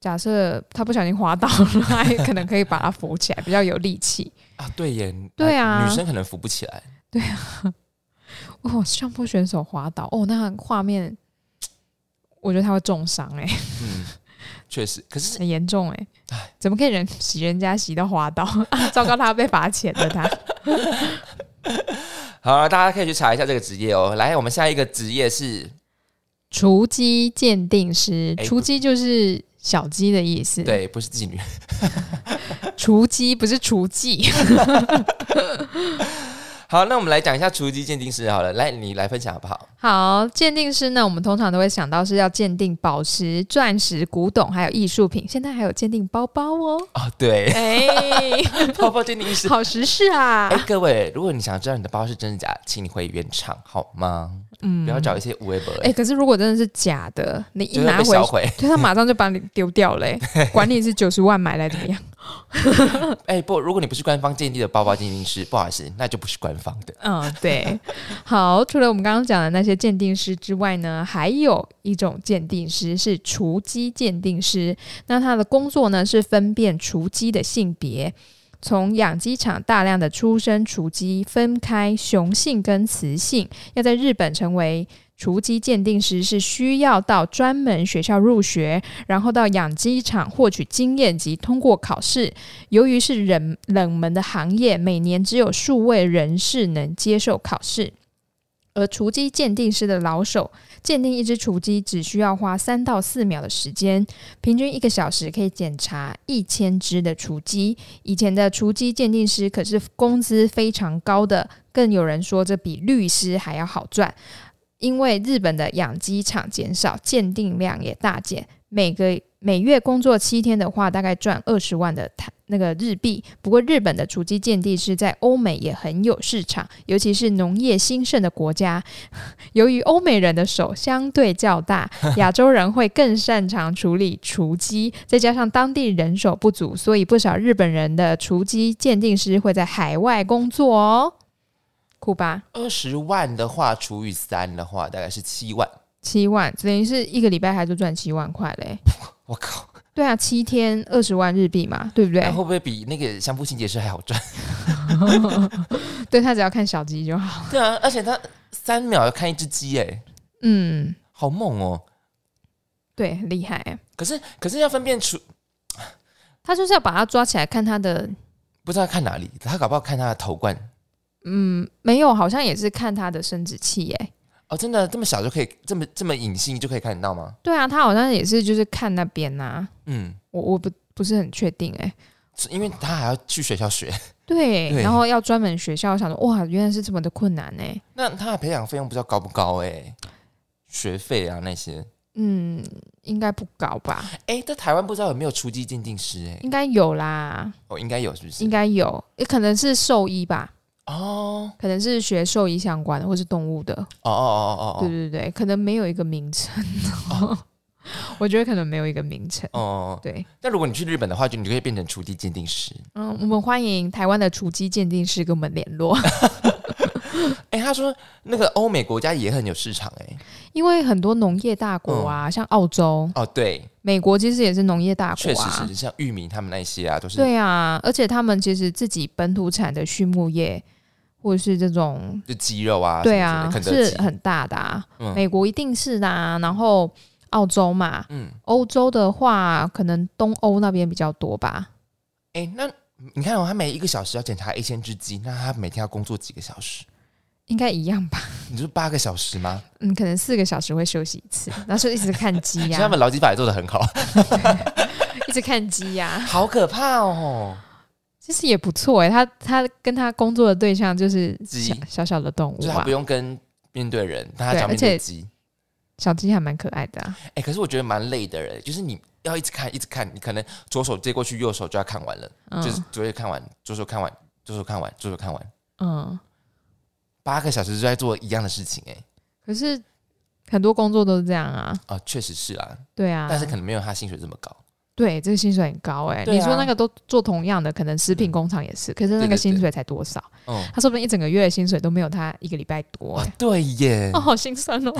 A: 假设他不小心滑倒了， 他也可能可以把它扶起来，比较有力气。
B: 啊，对耶，
A: 对啊
B: 女生可能扶不起来，
A: 哦，相扑选手滑倒，哦，那画面，我觉得他会重伤 哎、
B: 嗯，确实，可是
A: 很严重哎、怎么可以人洗人家洗到滑倒？ 啊、糟糕，他要被罚钱的 他。
B: 好了，大家可以去查一下这个职业哦。来，我们下一个职业是
A: 雏鸡鉴定师，
B: 哎
A: 雏鸡就是小鸡的意思，，
B: 对，不是妓女，
A: 雏鸡不是雏妓。
B: 好，那我们来讲一下厨技鉴定师好了，来你来分享好不好？
A: 好，鉴定师呢，我们通常都会想到是要鉴定宝石、钻石、古董，还有艺术品。现在还有鉴定包包哦，
B: 哦，对，
A: 哎、
B: 泡泡鉴定师。
A: 好时事啊
B: 哎、！各位，如果你想知道你的包是真的假的，请你回原厂好吗？
A: 嗯
B: 不要找一些无为不
A: 哎、可是如果真的是假的，你一
B: 就会
A: 拿
B: 被
A: 回
B: 销，毁。
A: 对他马上就把你丢掉嘞、管你是九十万买来怎么样？
B: 哎、不，如果你不是官方鉴定的包包鉴定师，不好意思，那就不是官方的。
A: 嗯，对。好，除了我们刚刚讲的那些鉴定师之外呢，还有一种鉴定师是雏鸡鉴定师。那他的工作呢是分辨雏鸡的性别，从养鸡场大量的出生雏鸡分开雄性跟雌性。要在日本成为雏鸡鉴定师，是需要到专门学校入学，然后到养鸡场获取经验及通过考试。由于是冷冷门的行业，每年只有数位人士能接受考试。而雏鸡鉴定师的老手鉴定一只雏鸡只需要花三到四秒的时间，平均一个小时可以检查一千只的雏鸡。以前的雏鸡鉴定师可是工资非常高的，更有人说这比律师还要好赚，因为日本的养鸡场减少，鉴定量也大减，每个每月工作七天的话，大概赚二十万的台那个日币。不过日本的雏鸡鉴定师在欧美也很有市场，尤其是农业兴盛的国家。 由于欧美人的手相对较大，亚洲人会更擅长处理雏鸡，再加上当地人手不足，所以不少日本人的雏鸡鉴定师会在海外工作哦。酷吧，
B: 二十万的话除以三的话，大概是七万。
A: 七万等于是一个礼拜还就赚七万块嘞。
B: 我靠，
A: 对啊，七天二十万日币嘛，对不对
B: 那？会不会比那个相扑清洁师还好赚？
A: 对他只要看小鸡就好。
B: 对啊， 而且他三秒要看一只鸡，哎，
A: 嗯，
B: 好猛哦！
A: 对，很厉害。啊
B: 可是可是要分辨出，
A: 他就是要把它抓起来看他的，
B: 不知道看哪里，他搞不好看他的头冠
A: 嗯，没有，好像也是看他的生殖器耶、
B: 哦，真的这么小就可以这么这么隐性就可以看得到吗？
A: 对啊，他好像也是就是看那边呐、
B: 嗯，
A: 我我不不是很确定哎、
B: 是因为他还要去学校学，
A: 对，
B: 对
A: 然后要专门学校，我想说哇，原来是这么的困难哎、
B: 那他的培养费用不知道高不高哎、学费啊那些，
A: 嗯，应该不高吧？
B: 哎、在台湾不知道有没有初级鉴定师哎、
A: 应该有啦，
B: 哦，应该有是不是
A: 应？该有，也可能是兽医吧，
B: 哦
A: 可能是学兽医相关的，或是动物的，
B: 哦哦哦哦
A: 对
B: 哦
A: 对对，可能没有一个名称， 我觉得可能没有一个名称。
B: 哦哦，
A: 对，
B: 那如果你去日本的话，就你就可以变成初级鉴定师。
A: 嗯，我们欢迎台湾的雏鸡鉴定师跟我们联络，
B: 哎、他说那个欧美国家也很有市场哎、
A: 因为很多农业大国啊，
B: 嗯
A: 像澳洲、
B: 哦，对，
A: 美国其实也是农业大国
B: 确实
A: 啊
B: 是，像玉米他们那些啊，都是
A: 对啊，而且他们其实自己本土产的畜牧业或者是这种，
B: 就鸡肉啊，
A: 对
B: 什
A: 啊
B: 么，之类的肯
A: 是
B: 德基，
A: 很大的啊，
B: 嗯
A: 美国一定是的、啊，然后澳洲嘛，
B: 嗯，
A: 欧洲的话可能东欧那边比较多吧，
B: 哎、那你看哦，他每一个小时要检查一千只鸡，那他每天要工作几个小时？
A: 应该一样吧。
B: 你说八个小时吗？
A: 嗯，可能四个小时会休息一次， 然后就一直看鸡
B: 其
A: 呀、
B: 实他们劳基法也做的很 好，
A: 一直看鸡呀、
B: 好可怕 哦！
A: 其实也不错哎、他他跟他工作的对象就是
B: 鸡
A: 小小小的动
B: 就
A: 物
B: 是他
A: 啊
B: 不，用跟面对人，他
A: 对
B: 只要面
A: 而且
B: 对鸡。
A: 小鸡还蛮可爱的、啊。
B: 哎、可是我觉得蛮累的人，就是你要一直看，一直看，你可能左手接过去，右手就要看完了，
A: 嗯
B: 就是左手看完，左手看完，左手看完，左手看完，
A: 嗯，
B: 八个小时就在做一样的事情、哎，
A: 可是很多工作都是这样啊，
B: 啊，确实是啊，
A: 对啊，
B: 但是可能没有他薪水这么高。
A: 对这个薪水很高哎、
B: 对啊
A: 你说那个都做同样的，可能食品工厂也是，可是那
B: 对对
A: 个
B: 对
A: 薪水才多少？
B: 嗯，
A: 他说不定一整个月的薪水都没有他一个礼拜多哎、
B: 哦，对耶。
A: 哦，好心酸哦。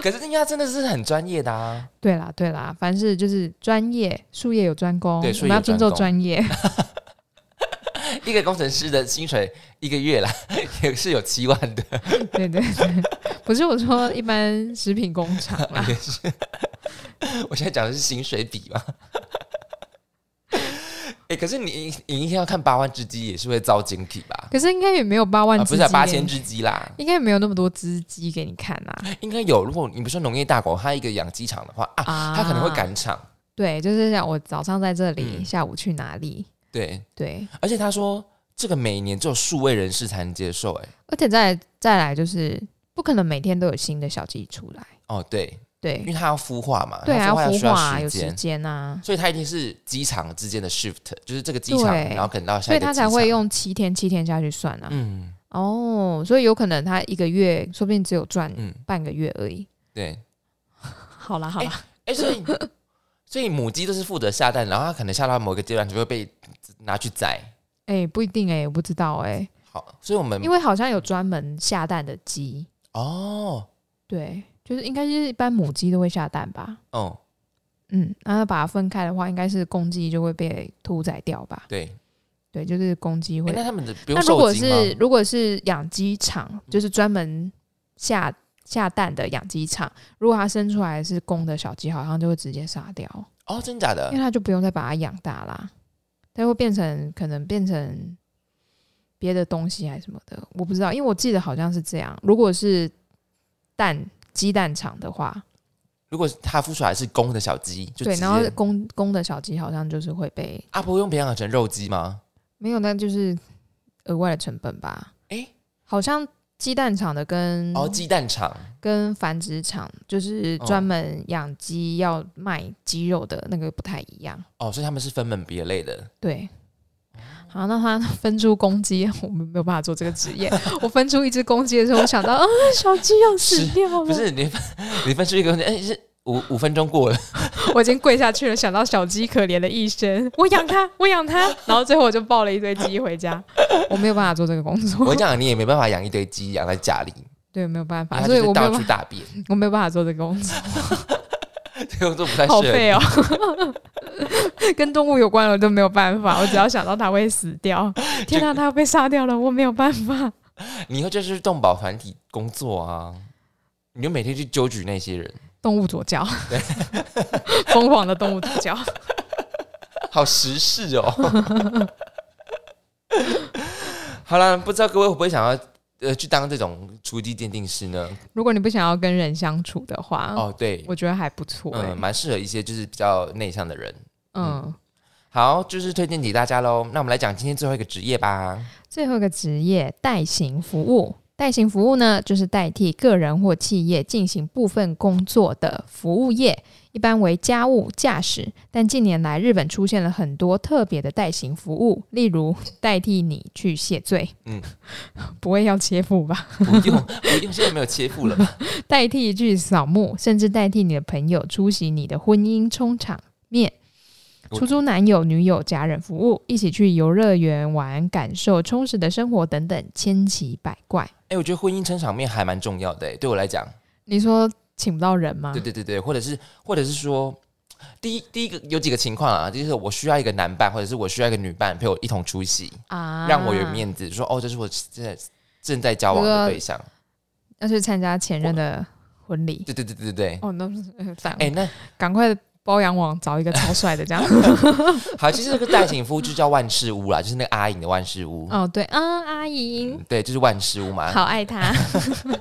B: 可是人家真的是很专业的啊。
A: 对啦，对啦，凡事就是专业，术业有专攻，
B: 对
A: 我
B: 术
A: 们
B: 业
A: 要
B: 有
A: 尊
B: 专
A: 重
B: 攻
A: 专业。
B: 一个工程师的薪水一个月啦， 也是有七万的，
A: 对对对，不是我说一般食品工厂啊 啦，
B: 也是。我现在讲的是薪水比嘛。哎、可是你你一天要看八万只鸡，也是会遭警体吧？
A: 可是应该也没有八万
B: 啊，
A: 只、
B: 不是啊八千，只鸡啦，
A: 应该没有那么多只鸡给你看啊啦。
B: 应该有。如果你不是农业大国，它一个养鸡场的话啊，
A: 啊
B: 它可能会赶场。
A: 对，就是像我早上在这里，
B: 嗯
A: 下午去哪里？
B: 对，
A: 对，
B: 而且他说这个每年只有数位人士才能接受、哎，
A: 而且再再来就是，不可能每天都有新的小鸡出来。
B: 哦，对，因为
A: 对
B: 它要孵化嘛，
A: 对啊，
B: 它孵化要
A: 孵
B: 需
A: 化
B: 要
A: 啊有
B: 时
A: 时
B: 间。
A: 间啊，
B: 所以它一定是机场之间的 shift，就是这个机场，
A: 对
B: 然后可能到下
A: 所
B: 一
A: 以
B: 个
A: 他
B: 机场
A: 才会用七天七天下去算啊。
B: 嗯
A: 哦，所以有可能他一个月说不定只有赚
B: 嗯，
A: 半个月而已。
B: 对。
A: 嗯好啦好啦，
B: 哎、所以所以母鸡都是负责下蛋，然后它可能下到某一个阶段就会被拿去宰。
A: 哎、不一定哎、我不知道哎、
B: 好，所以我们
A: 因为好像有专门下蛋的鸡，
B: 哦，
A: 对，就是应该就是一般母鸡都会下蛋吧。
B: 哦，
A: 嗯，然后把它分开的话，应该是公鸡就会被屠宰掉吧？
B: 对，诶
A: 对，就是公鸡会。
B: 那他们的不
A: 那
B: 用
A: 如
B: 受
A: 果
B: 精
A: 是
B: 吗？嗯
A: 如果是养鸡场，就是专门下下蛋的养鸡场，如果它生出来是公的小鸡，好像就会直接杀掉，
B: 哦，真假的
A: 因为？它就不用再把它养大啦，它会变成可能变成别的东西还是什么的，我不知道，因为我记得好像是这样。如果是蛋鸡蛋场的话，
B: 如果它孵出来是公的小鸡，就
A: 对，
B: 直
A: 然后
B: 接
A: 公公的小鸡好像就是会被
B: 啊，不用培养成肉鸡吗？
A: 没有，那就是额外的成本吧。
B: 诶
A: 好像鸡蛋厂的跟、
B: 哦，鸡蛋场
A: 跟繁殖场，就是专门养鸡要卖鸡肉的那个不太一样。
B: 哦，所以他们是分门别类的。
A: 对，
B: 哦
A: 好，那他分出公鸡，我们没有办法做这个职 业。我分出一只公鸡的时候，我想到啊，小鸡要死
B: 是
A: 掉了，
B: 不是你分你分出一个，哎、是五五分 钟过了，
A: 我已经跪下去了，想到小鸡可怜的一生，我养它，我养 它，然后最后我就抱了一堆鸡回家， 我没有办法做这个工
B: 我
A: 作，
B: 讲你也没办法养一堆鸡养在家里，
A: 对，没有办
B: 因为
A: 法，
B: 它
A: 啊所以
B: 就
A: 我
B: 是
A: 没有
B: 到
A: 办法，
B: 处大便，
A: 我没有办法做这个工作，
B: 这个工作不太适
A: 好
B: 合
A: 废
B: 你。
A: 哦， 跟动物有关的我都没有办法，我只要想到它会死 掉，天哪、它要被杀掉了，我没有办法，
B: 你以后就是动保团体工作啊，你就每天去揪举那些人，
A: 动物左脚， 疯狂的动物左脚，
B: 好时 事哦。好啦，不知道各位会不会想要呃去当这种足迹鉴定师呢？
A: 如果你不想要跟人相处的话，
B: 哦，对，
A: 啊我觉得还不错、欸
B: 嗯，蛮适合一些就是比较内向的人。
A: 嗯
B: 好，就是推荐给大家喽。那我们来讲今天最后一个职 业吧。
A: 最后一个职业代行服务，代行服务呢，就是代替个人或企业进行部分工作的服务业，一般为家务、驾驶。但近年来，日本出现了很多特别的代行服务，例如代替你去谢罪，嗯
B: 嗯，
A: 不会要切腹吧？
B: 不用，不用，现在没有切腹了吧？
A: 代替去扫墓，甚至代替你的朋友出席你的婚姻冲场面，
B: 我
A: 出租男友、女友、家人服务，一起去游乐园玩，感受充实的生活等等，千奇百怪。
B: 哎、我觉得婚姻撑场面还蛮重要的、哎，对我来讲，
A: 你说请不到人吗？
B: 对对对对，或者是或者是说，第一第一个有几个情况啊，就是我需要一个男伴，或者是我需要一个女伴陪我一同出席，
A: 啊，
B: 让我有。面子，说哦，这是我现在正在交往的对象。
A: 要去参加前任的婚礼
B: 对对对对对，
A: 哦，那不是呃反
B: 哎、那
A: 赶快包养网找一个超帅的 这样。
B: 好，其实这个代请服务就叫万事屋啦，就是那个阿颖的万事 屋。
A: 哦，对啊，阿姨
B: 嗯对，就是万事屋嘛。
A: 好爱他，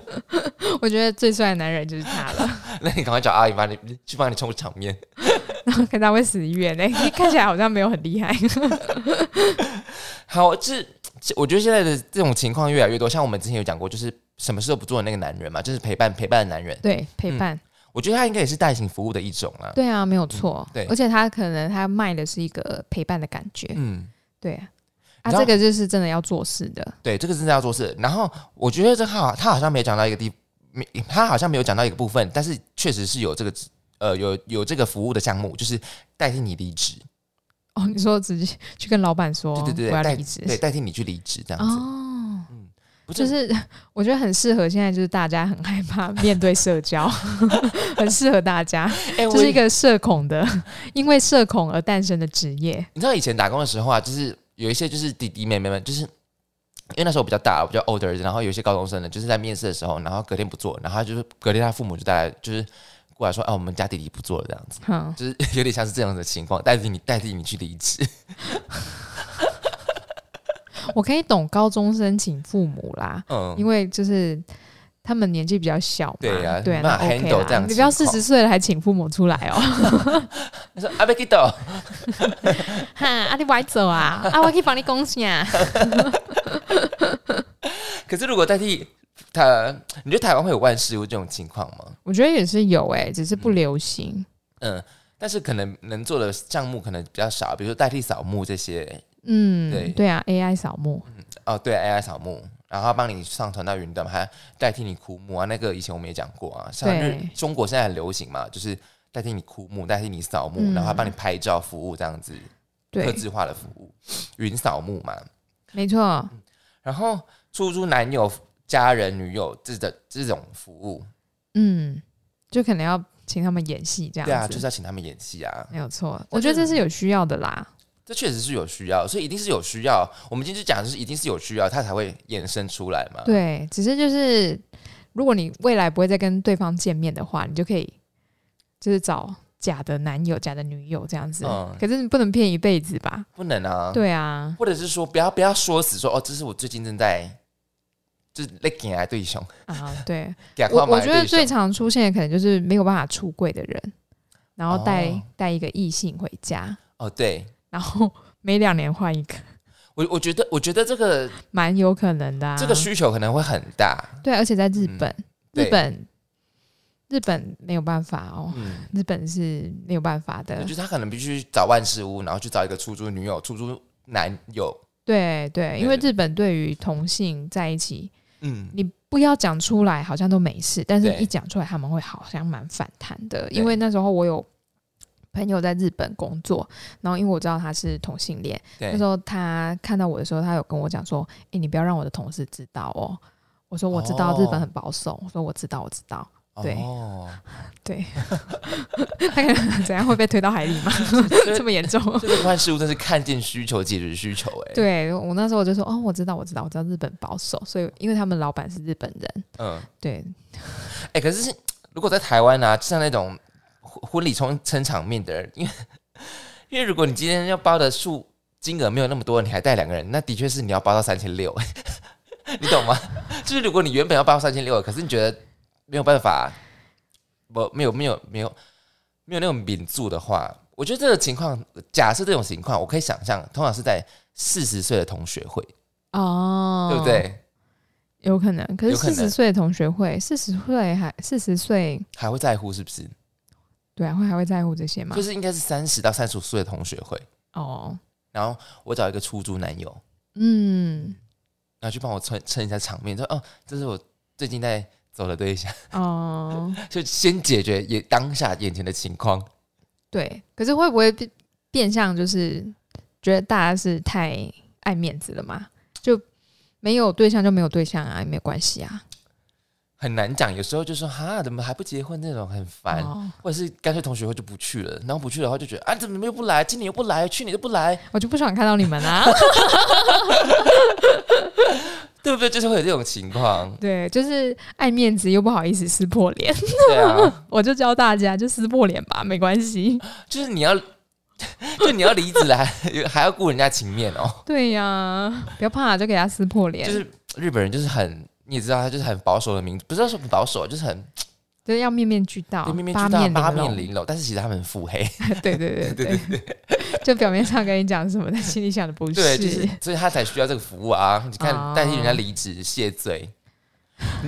A: 我觉得最帅的男人就是他了。
B: 那你赶快找阿姨帮你去帮你冲场面。
A: 看他会死一月呢， 看起来好像没有很厉害。
B: 好，这这我觉得现在的这种情况越来越多，像我们之前有讲过，就是什么事都不做的那个男人嘛，就是陪伴陪伴的男人。
A: 对，陪伴，
B: 我觉得他应该也是代行服务的一种啦。
A: 对啊，没有错、
B: 嗯对
A: 而且他可能他卖的是一个陪伴的感觉，
B: 嗯，
A: 对啊。
B: 你
A: 啊，
B: 知道
A: 这个就是真的要做事的，
B: 对，这个真的要做事。然后我觉得这他好，他好像没有讲到一个地，没他好像没有讲到一个部分，但是确实是有这个呃有有这个服务的项目，就是代替你离职，
A: 哦，你说直接去跟老板说，
B: 对对对，
A: 哦我要
B: 代
A: 离职，
B: 对代替你去离职这样子，
A: 哦，
B: 不
A: 就是是 我觉得很适合现在，就是大家很害怕 面对社交，很适合大家，
B: 哎，
A: 这
B: 我
A: 是一个社恐的， 因为社恐而诞生的职业，
B: 你知道以前打工的时候啊，就是有一些就是弟弟妹妹们，就是因为那时候我比较大，我比较 older，然后有一些高中生呢，就是在面试的时候，然后隔天不做，然后他就是隔天他父母就带来就是过来说，啊，我们家弟弟不做了这样子，
A: 哼，
B: 就是 有点像是这样的情况，代替你代替你去离职，
A: 我可以懂高中生请父母啦，
B: 嗯，
A: 因为就是他们年纪比较小嘛，
B: 对啊
A: 对啊，
B: 没办
A: 那
B: 法
A: OK
B: handle 这
A: 啦
B: 样的
A: 你不要四
B: 情况
A: 十岁了还请父母出来哦，
B: 他说阿贝基豆，
A: 哈，阿弟歪走 啊，啊，我可以帮你恭喜啊，
B: 可是如果代替他，你觉得台湾会有万事屋这种情况吗？
A: 我觉得也是有哎、只是不流行，
B: 嗯，但是可能能做的项目可能比较少，比如说代替扫墓这些，
A: 嗯，
B: 对
A: 对啊，AI 扫墓，
B: 哦，对，AI 扫墓，然后帮你上传到云端，还代替你枯木啊，那个以前我们也讲过啊，像
A: 对
B: 日中国现在很流行嘛，就是代替你枯木，代替你扫墓，
A: 嗯
B: 然后还帮你拍照服务这样子，
A: 对
B: 客，制化的服务，云扫墓嘛，
A: 没错，
B: 然后出租男友、家人、女友这的这种服务，
A: 嗯，就可能要请他们演戏这样
B: 对
A: 子，
B: 啊，就是要请他们演戏啊，
A: 没有错，
B: 我
A: 我觉得
B: 觉得
A: 这是有需要的啦，
B: 这确实是有需要，所以一定是有需要。我们今天就讲，就是一定是有需要，它才会衍生出来嘛。
A: 对，只是就是如果你未来不会再跟对方见面的话，你就可以就是找假的男友、假的女友这样子。
B: 嗯
A: 可是你不能骗一辈子吧？
B: 不能啊，
A: 对啊，
B: 或者是说不要不要说死说哦，这是我最近正在就是那给来对象，
A: 啊， 对
B: 给他
A: 我
B: 买
A: 我
B: 的
A: 觉
B: 对
A: 得最
B: 象。
A: 常出现的可能就是没有办法出柜的人，然后带、
B: 哦
A: 带一个异性回家，
B: 哦，对
A: 然后每两年换一个，
B: 我我觉得我觉得这个、
A: 蛮有可能的、啊。
B: 这个需求可能会很大，
A: 对，而且在日
B: 嗯
A: 本，
B: 对
A: 日本日本没有办法哦，
B: 嗯，
A: 日本是没有办法的
B: 就。是他可能必须找万事屋，然后去找一个出租女友、出租男友，
A: 对对，因为
B: 对
A: 日本对于同性在一起，
B: 嗯，
A: 你不要讲出来好像都没事，但是
B: 对
A: 一讲出来他们会好像蛮反弹的。
B: 对
A: 因为那时候我有朋友在日本工作，然后因为我知道他是同性恋，
B: 对
A: 那时，候他看到我的时候，他有跟我讲说：“诶，你不要让我的同事知道哦。”我说：“我知道
B: 哦
A: 日本很保守。我说：“我知道，我知 道。对
B: 哦，”
A: 对，他可能怎样会被推到海里 吗？这么严重？
B: 这个万事屋真是看见需求解决需求、哎，，
A: 对我那时候我就说：“哦，我知道，我知道，我知道日本保守。”所以因为他们老板是日本人，
B: 嗯，
A: 对，
B: 哎、可是是如果在台湾啊，像那种婚婚礼冲撑场面的人，因为因为如果你今天要包的数 金额没有那么多，你还带两个人，那的确是你要包到三千六，你懂吗？ 就是如果你原本要报三千六，可是你觉得没有办法，我没有没有没有没有那种民住的话，我觉得这个情况，假设这种情况，我可以想象，通常是在四十岁的同学会，
A: 哦，
B: 对不？对？
A: 有可能，可是
B: 有可
A: 四
B: 能
A: 十岁的同学会，四十岁还四十岁，
B: 还会在乎是不是？
A: 对啊，会还会在乎这些吗
B: 就？是应该是三十到三十五岁的同学会，
A: 哦，
B: 然后我找一个出租男友，
A: 嗯，
B: 然后去帮我撑撑一下场面，说哦，这是我最近在走的对象，
A: 哦，
B: 就先解决也当下眼前的情况。
A: 对，可是会不会变变相就是觉得大家是太爱面子了嘛？就没有对象就没有对象啊，也没有关系啊。
B: 很难讲，有时候就说哈，怎么还不结婚那种很烦，
A: 哦，
B: 或者是干脆同学会就不去了，然后不去的话就觉得啊，怎么又不来，今年又不来，去年又不来，
A: 我就不想看到你们 啊。，
B: 对不对？就是会有这种情况
A: 对，就是爱面子又不好意思撕破脸，
B: 对啊，
A: 我就教大家就撕破脸吧，没关系。
B: 就是你要， 就你要离职了，还还要顾人家情面哦。
A: 对呀、不要怕，就给他撕破脸，
B: 就
A: 就是
B: 是日本人就是很，你也知道，他就是很保守的民族，不是说很保守，就是很
A: 要面面俱到，
B: 对面面
A: 八
B: 俱到，
A: 面
B: 八
A: 玲珑
B: 面玲珑，但是其实他们很腹黑，
A: 对 对对对对，就表面上跟你讲什么，但心里想的不是。
B: 对，就是所以他才需要这个服务啊。你
A: 哦
B: 看，代替人家离职谢罪，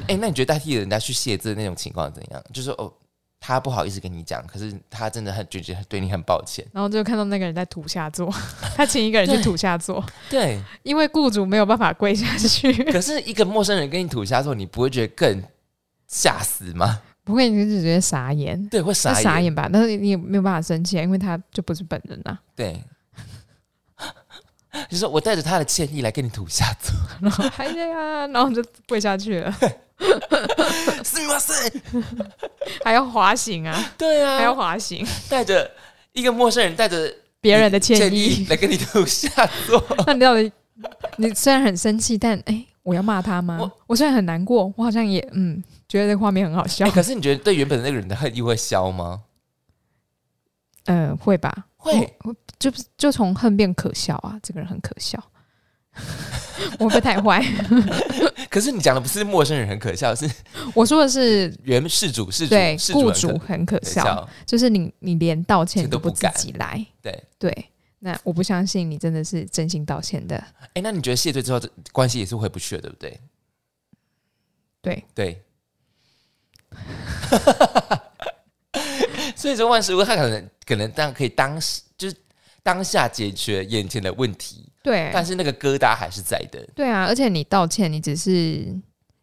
B: 哎、那你觉得代替人家去谢罪那种情况怎样？就是说哦，他不好意思跟你讲，可是他真的很觉得对你很抱歉。
A: 然后就看到那个人在土下坐， 他请一个人去土下坐，
B: 对，
A: 因为雇主没有办法跪下 去。
B: 可是一个陌生人跟你吐下之后，你不会觉得更吓死吗？
A: 不会，你就直接傻眼，
B: 对，会
A: 就
B: 傻眼。
A: 傻眼吧？但是你也没有办法生气啊，因为他就不是本人啊呐、
B: 对， 就是我带着他的歉意来跟你吐下之后，
A: 然后哎呀，然后就跪下去了，
B: 是吗？是，
A: 还要滑行啊，
B: 对
A: 还要
B: 啊，
A: 滑行，
B: 带着一个陌生人带着
A: 别人的
B: 歉
A: 歉
B: 意
A: 意。
B: 来跟你吐下之后。
A: 那你到底，你虽然很生气，但哎、我要骂他吗？我
B: 我
A: 虽然很难过，我好像也嗯，觉得这个画面很好笑
B: 哎、。可是你觉得对原本的那个人的恨意会消吗？
A: 嗯、会吧？
B: 会，
A: 我，我就就从恨变可笑啊，这个人很可笑。我会不会太 坏？
B: 可是你讲的不是陌生人很可笑，是
A: 我说的是
B: 原事主事主
A: 对
B: 事
A: 雇主
B: 主很
A: 很可
B: 可
A: 笑，
B: 笑。
A: 就是你你连道歉
B: 这
A: 都
B: 哦都
A: 不
B: 不
A: 自
B: 敢
A: 己来，
B: 对，
A: 对，那我不相信你真的是真心道歉的，
B: 哎、那你觉得谢罪之后这关系也是回不去了，对不对？
A: 对
B: 对。 所以说，万事屋他可能可能当可以当时就是当下解决眼前的问题，
A: 对
B: 但是那个疙瘩还是在的。
A: 对啊，而且你道歉，你只是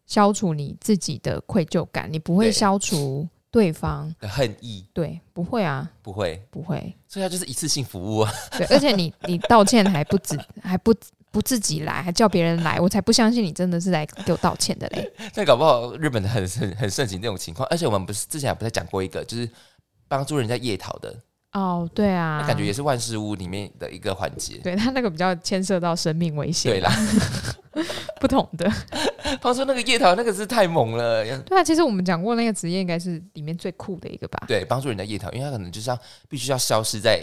A: 消除你自己的愧疚感，你不会
B: 对
A: 消除对方，
B: 的恨意
A: 对，不会啊，
B: 不会，
A: 不会，
B: 所以它就是一次性服务啊。
A: 对，而且你你道歉还不止，还不不自己来，还叫别人来，我才不相信你真的是来给我道歉的 嘞。
B: 但搞不好日本的很很很盛行这种情况，而且我们不是之前不是讲过一个，就是帮助人家夜逃的，
A: 哦，对啊
B: 那，感觉也是万事屋里面的一个环节。
A: 对他那个比较牵涉到生命危险，
B: 对啦，
A: 不同的。
B: 他说那个夜逃那个是太猛了，
A: 对啊，其实我们讲过那个职业应该是里面最酷的一个吧？
B: 对，帮助人家夜逃，因为他可能就是要必须要消失在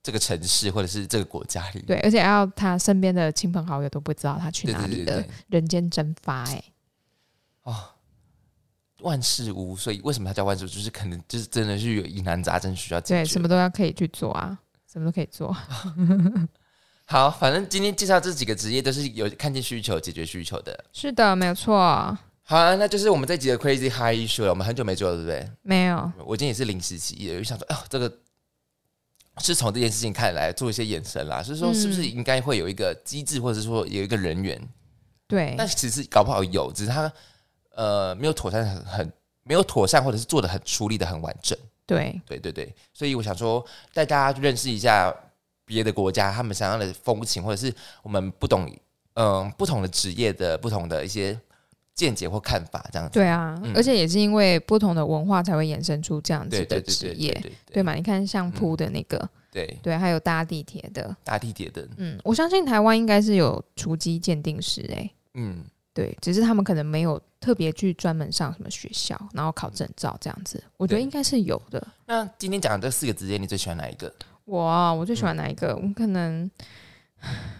B: 这个城市或者是这个国家里。
A: 对，而且还要他身边的亲朋好友都不知道他去
B: 对
A: 哪
B: 对
A: 里
B: 对
A: 了，
B: 对，
A: 人间蒸发哎、
B: 哦，万事屋，所以为什么它叫万事屋？就是可能就是真的是有疑难杂症需要解
A: 对，
B: 决。
A: 什么都要可以去做啊，什么都可以做。
B: 好，反正今天介绍这几个职业都是有看见需求、解决需求的。
A: 是的，没有错，
B: 好、啊，那就是我们这集的 Crazy High Issue 了。我们很久没做了，对不对？
A: 没有，
B: 我今天也是临时起意的，就想说，哦，这个是从这件事情看来做一些衍生啦，就是说
A: 嗯
B: 是不是应该会有一个机制，或者是说有一个人员？
A: 对，
B: 但其实搞不好有，只是他呃没有妥善很很没有妥善，或者是做的很处理的很完整。
A: 对，
B: 对对对，所以我想说带大家去认识一下别的国家他们想要的风情，或者是我们不懂嗯、不同的职业的不同的一些见解或看法这样子。
A: 对啊，
B: 嗯
A: 而且也是因为不同的文化才会衍生出这样子
B: 对
A: 的
B: 对对
A: 职
B: 对
A: 业
B: 对，嗯对
A: 对
B: 对
A: 嘛？你看相扑的那个，
B: 对
A: 对，还有搭地铁的，
B: 搭地铁的，
A: 嗯，我相信台湾应该是有厨技鉴定师哎、
B: 嗯，
A: 对，只是他们可能没有特别去专门上什么学校，然后考证照这样子，我觉得
B: 对
A: 应该是有的。
B: 那今天讲的这四个职业，你最喜欢哪一个？
A: 我啊，
B: 嗯
A: 我最喜欢哪一个？我可能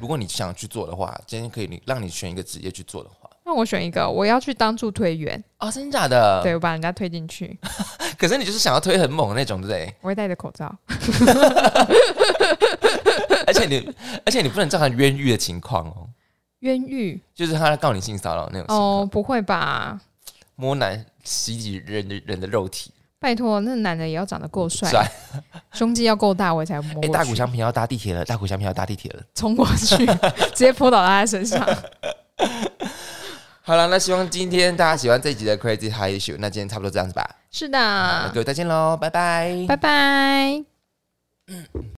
B: 如果你想去做的话，今天可以你让你选一个职业去做的话，
A: 那那我选一个，我要去当助推员，
B: 哦，真的假的？
A: 对我把人家推进去，
B: 可是你就是想要推很猛的那种，对 不对？
A: 我会戴着口罩。
B: 而且你，而且你不能造成冤狱的情况哦，
A: 冤狱
B: 就是他告你性骚扰那种情况，
A: 哦，不会吧？
B: 摸男袭击人的人的肉体。
A: 拜托，那男的也要长得够帅，
B: 帅
A: 胸肌要够大，我才摸过
B: 哎、
A: 去。
B: 大谷翔平要搭地铁了，大谷翔平要搭地铁了。
A: 冲过去， 直接扑倒在他身上。
B: 好了，那希望今天大家喜欢这一集的 Crazy High Issue，那今天差不多这样子吧。
A: 是
B: 啊，
A: 的
B: 各，位再见喽，拜拜
A: 拜拜。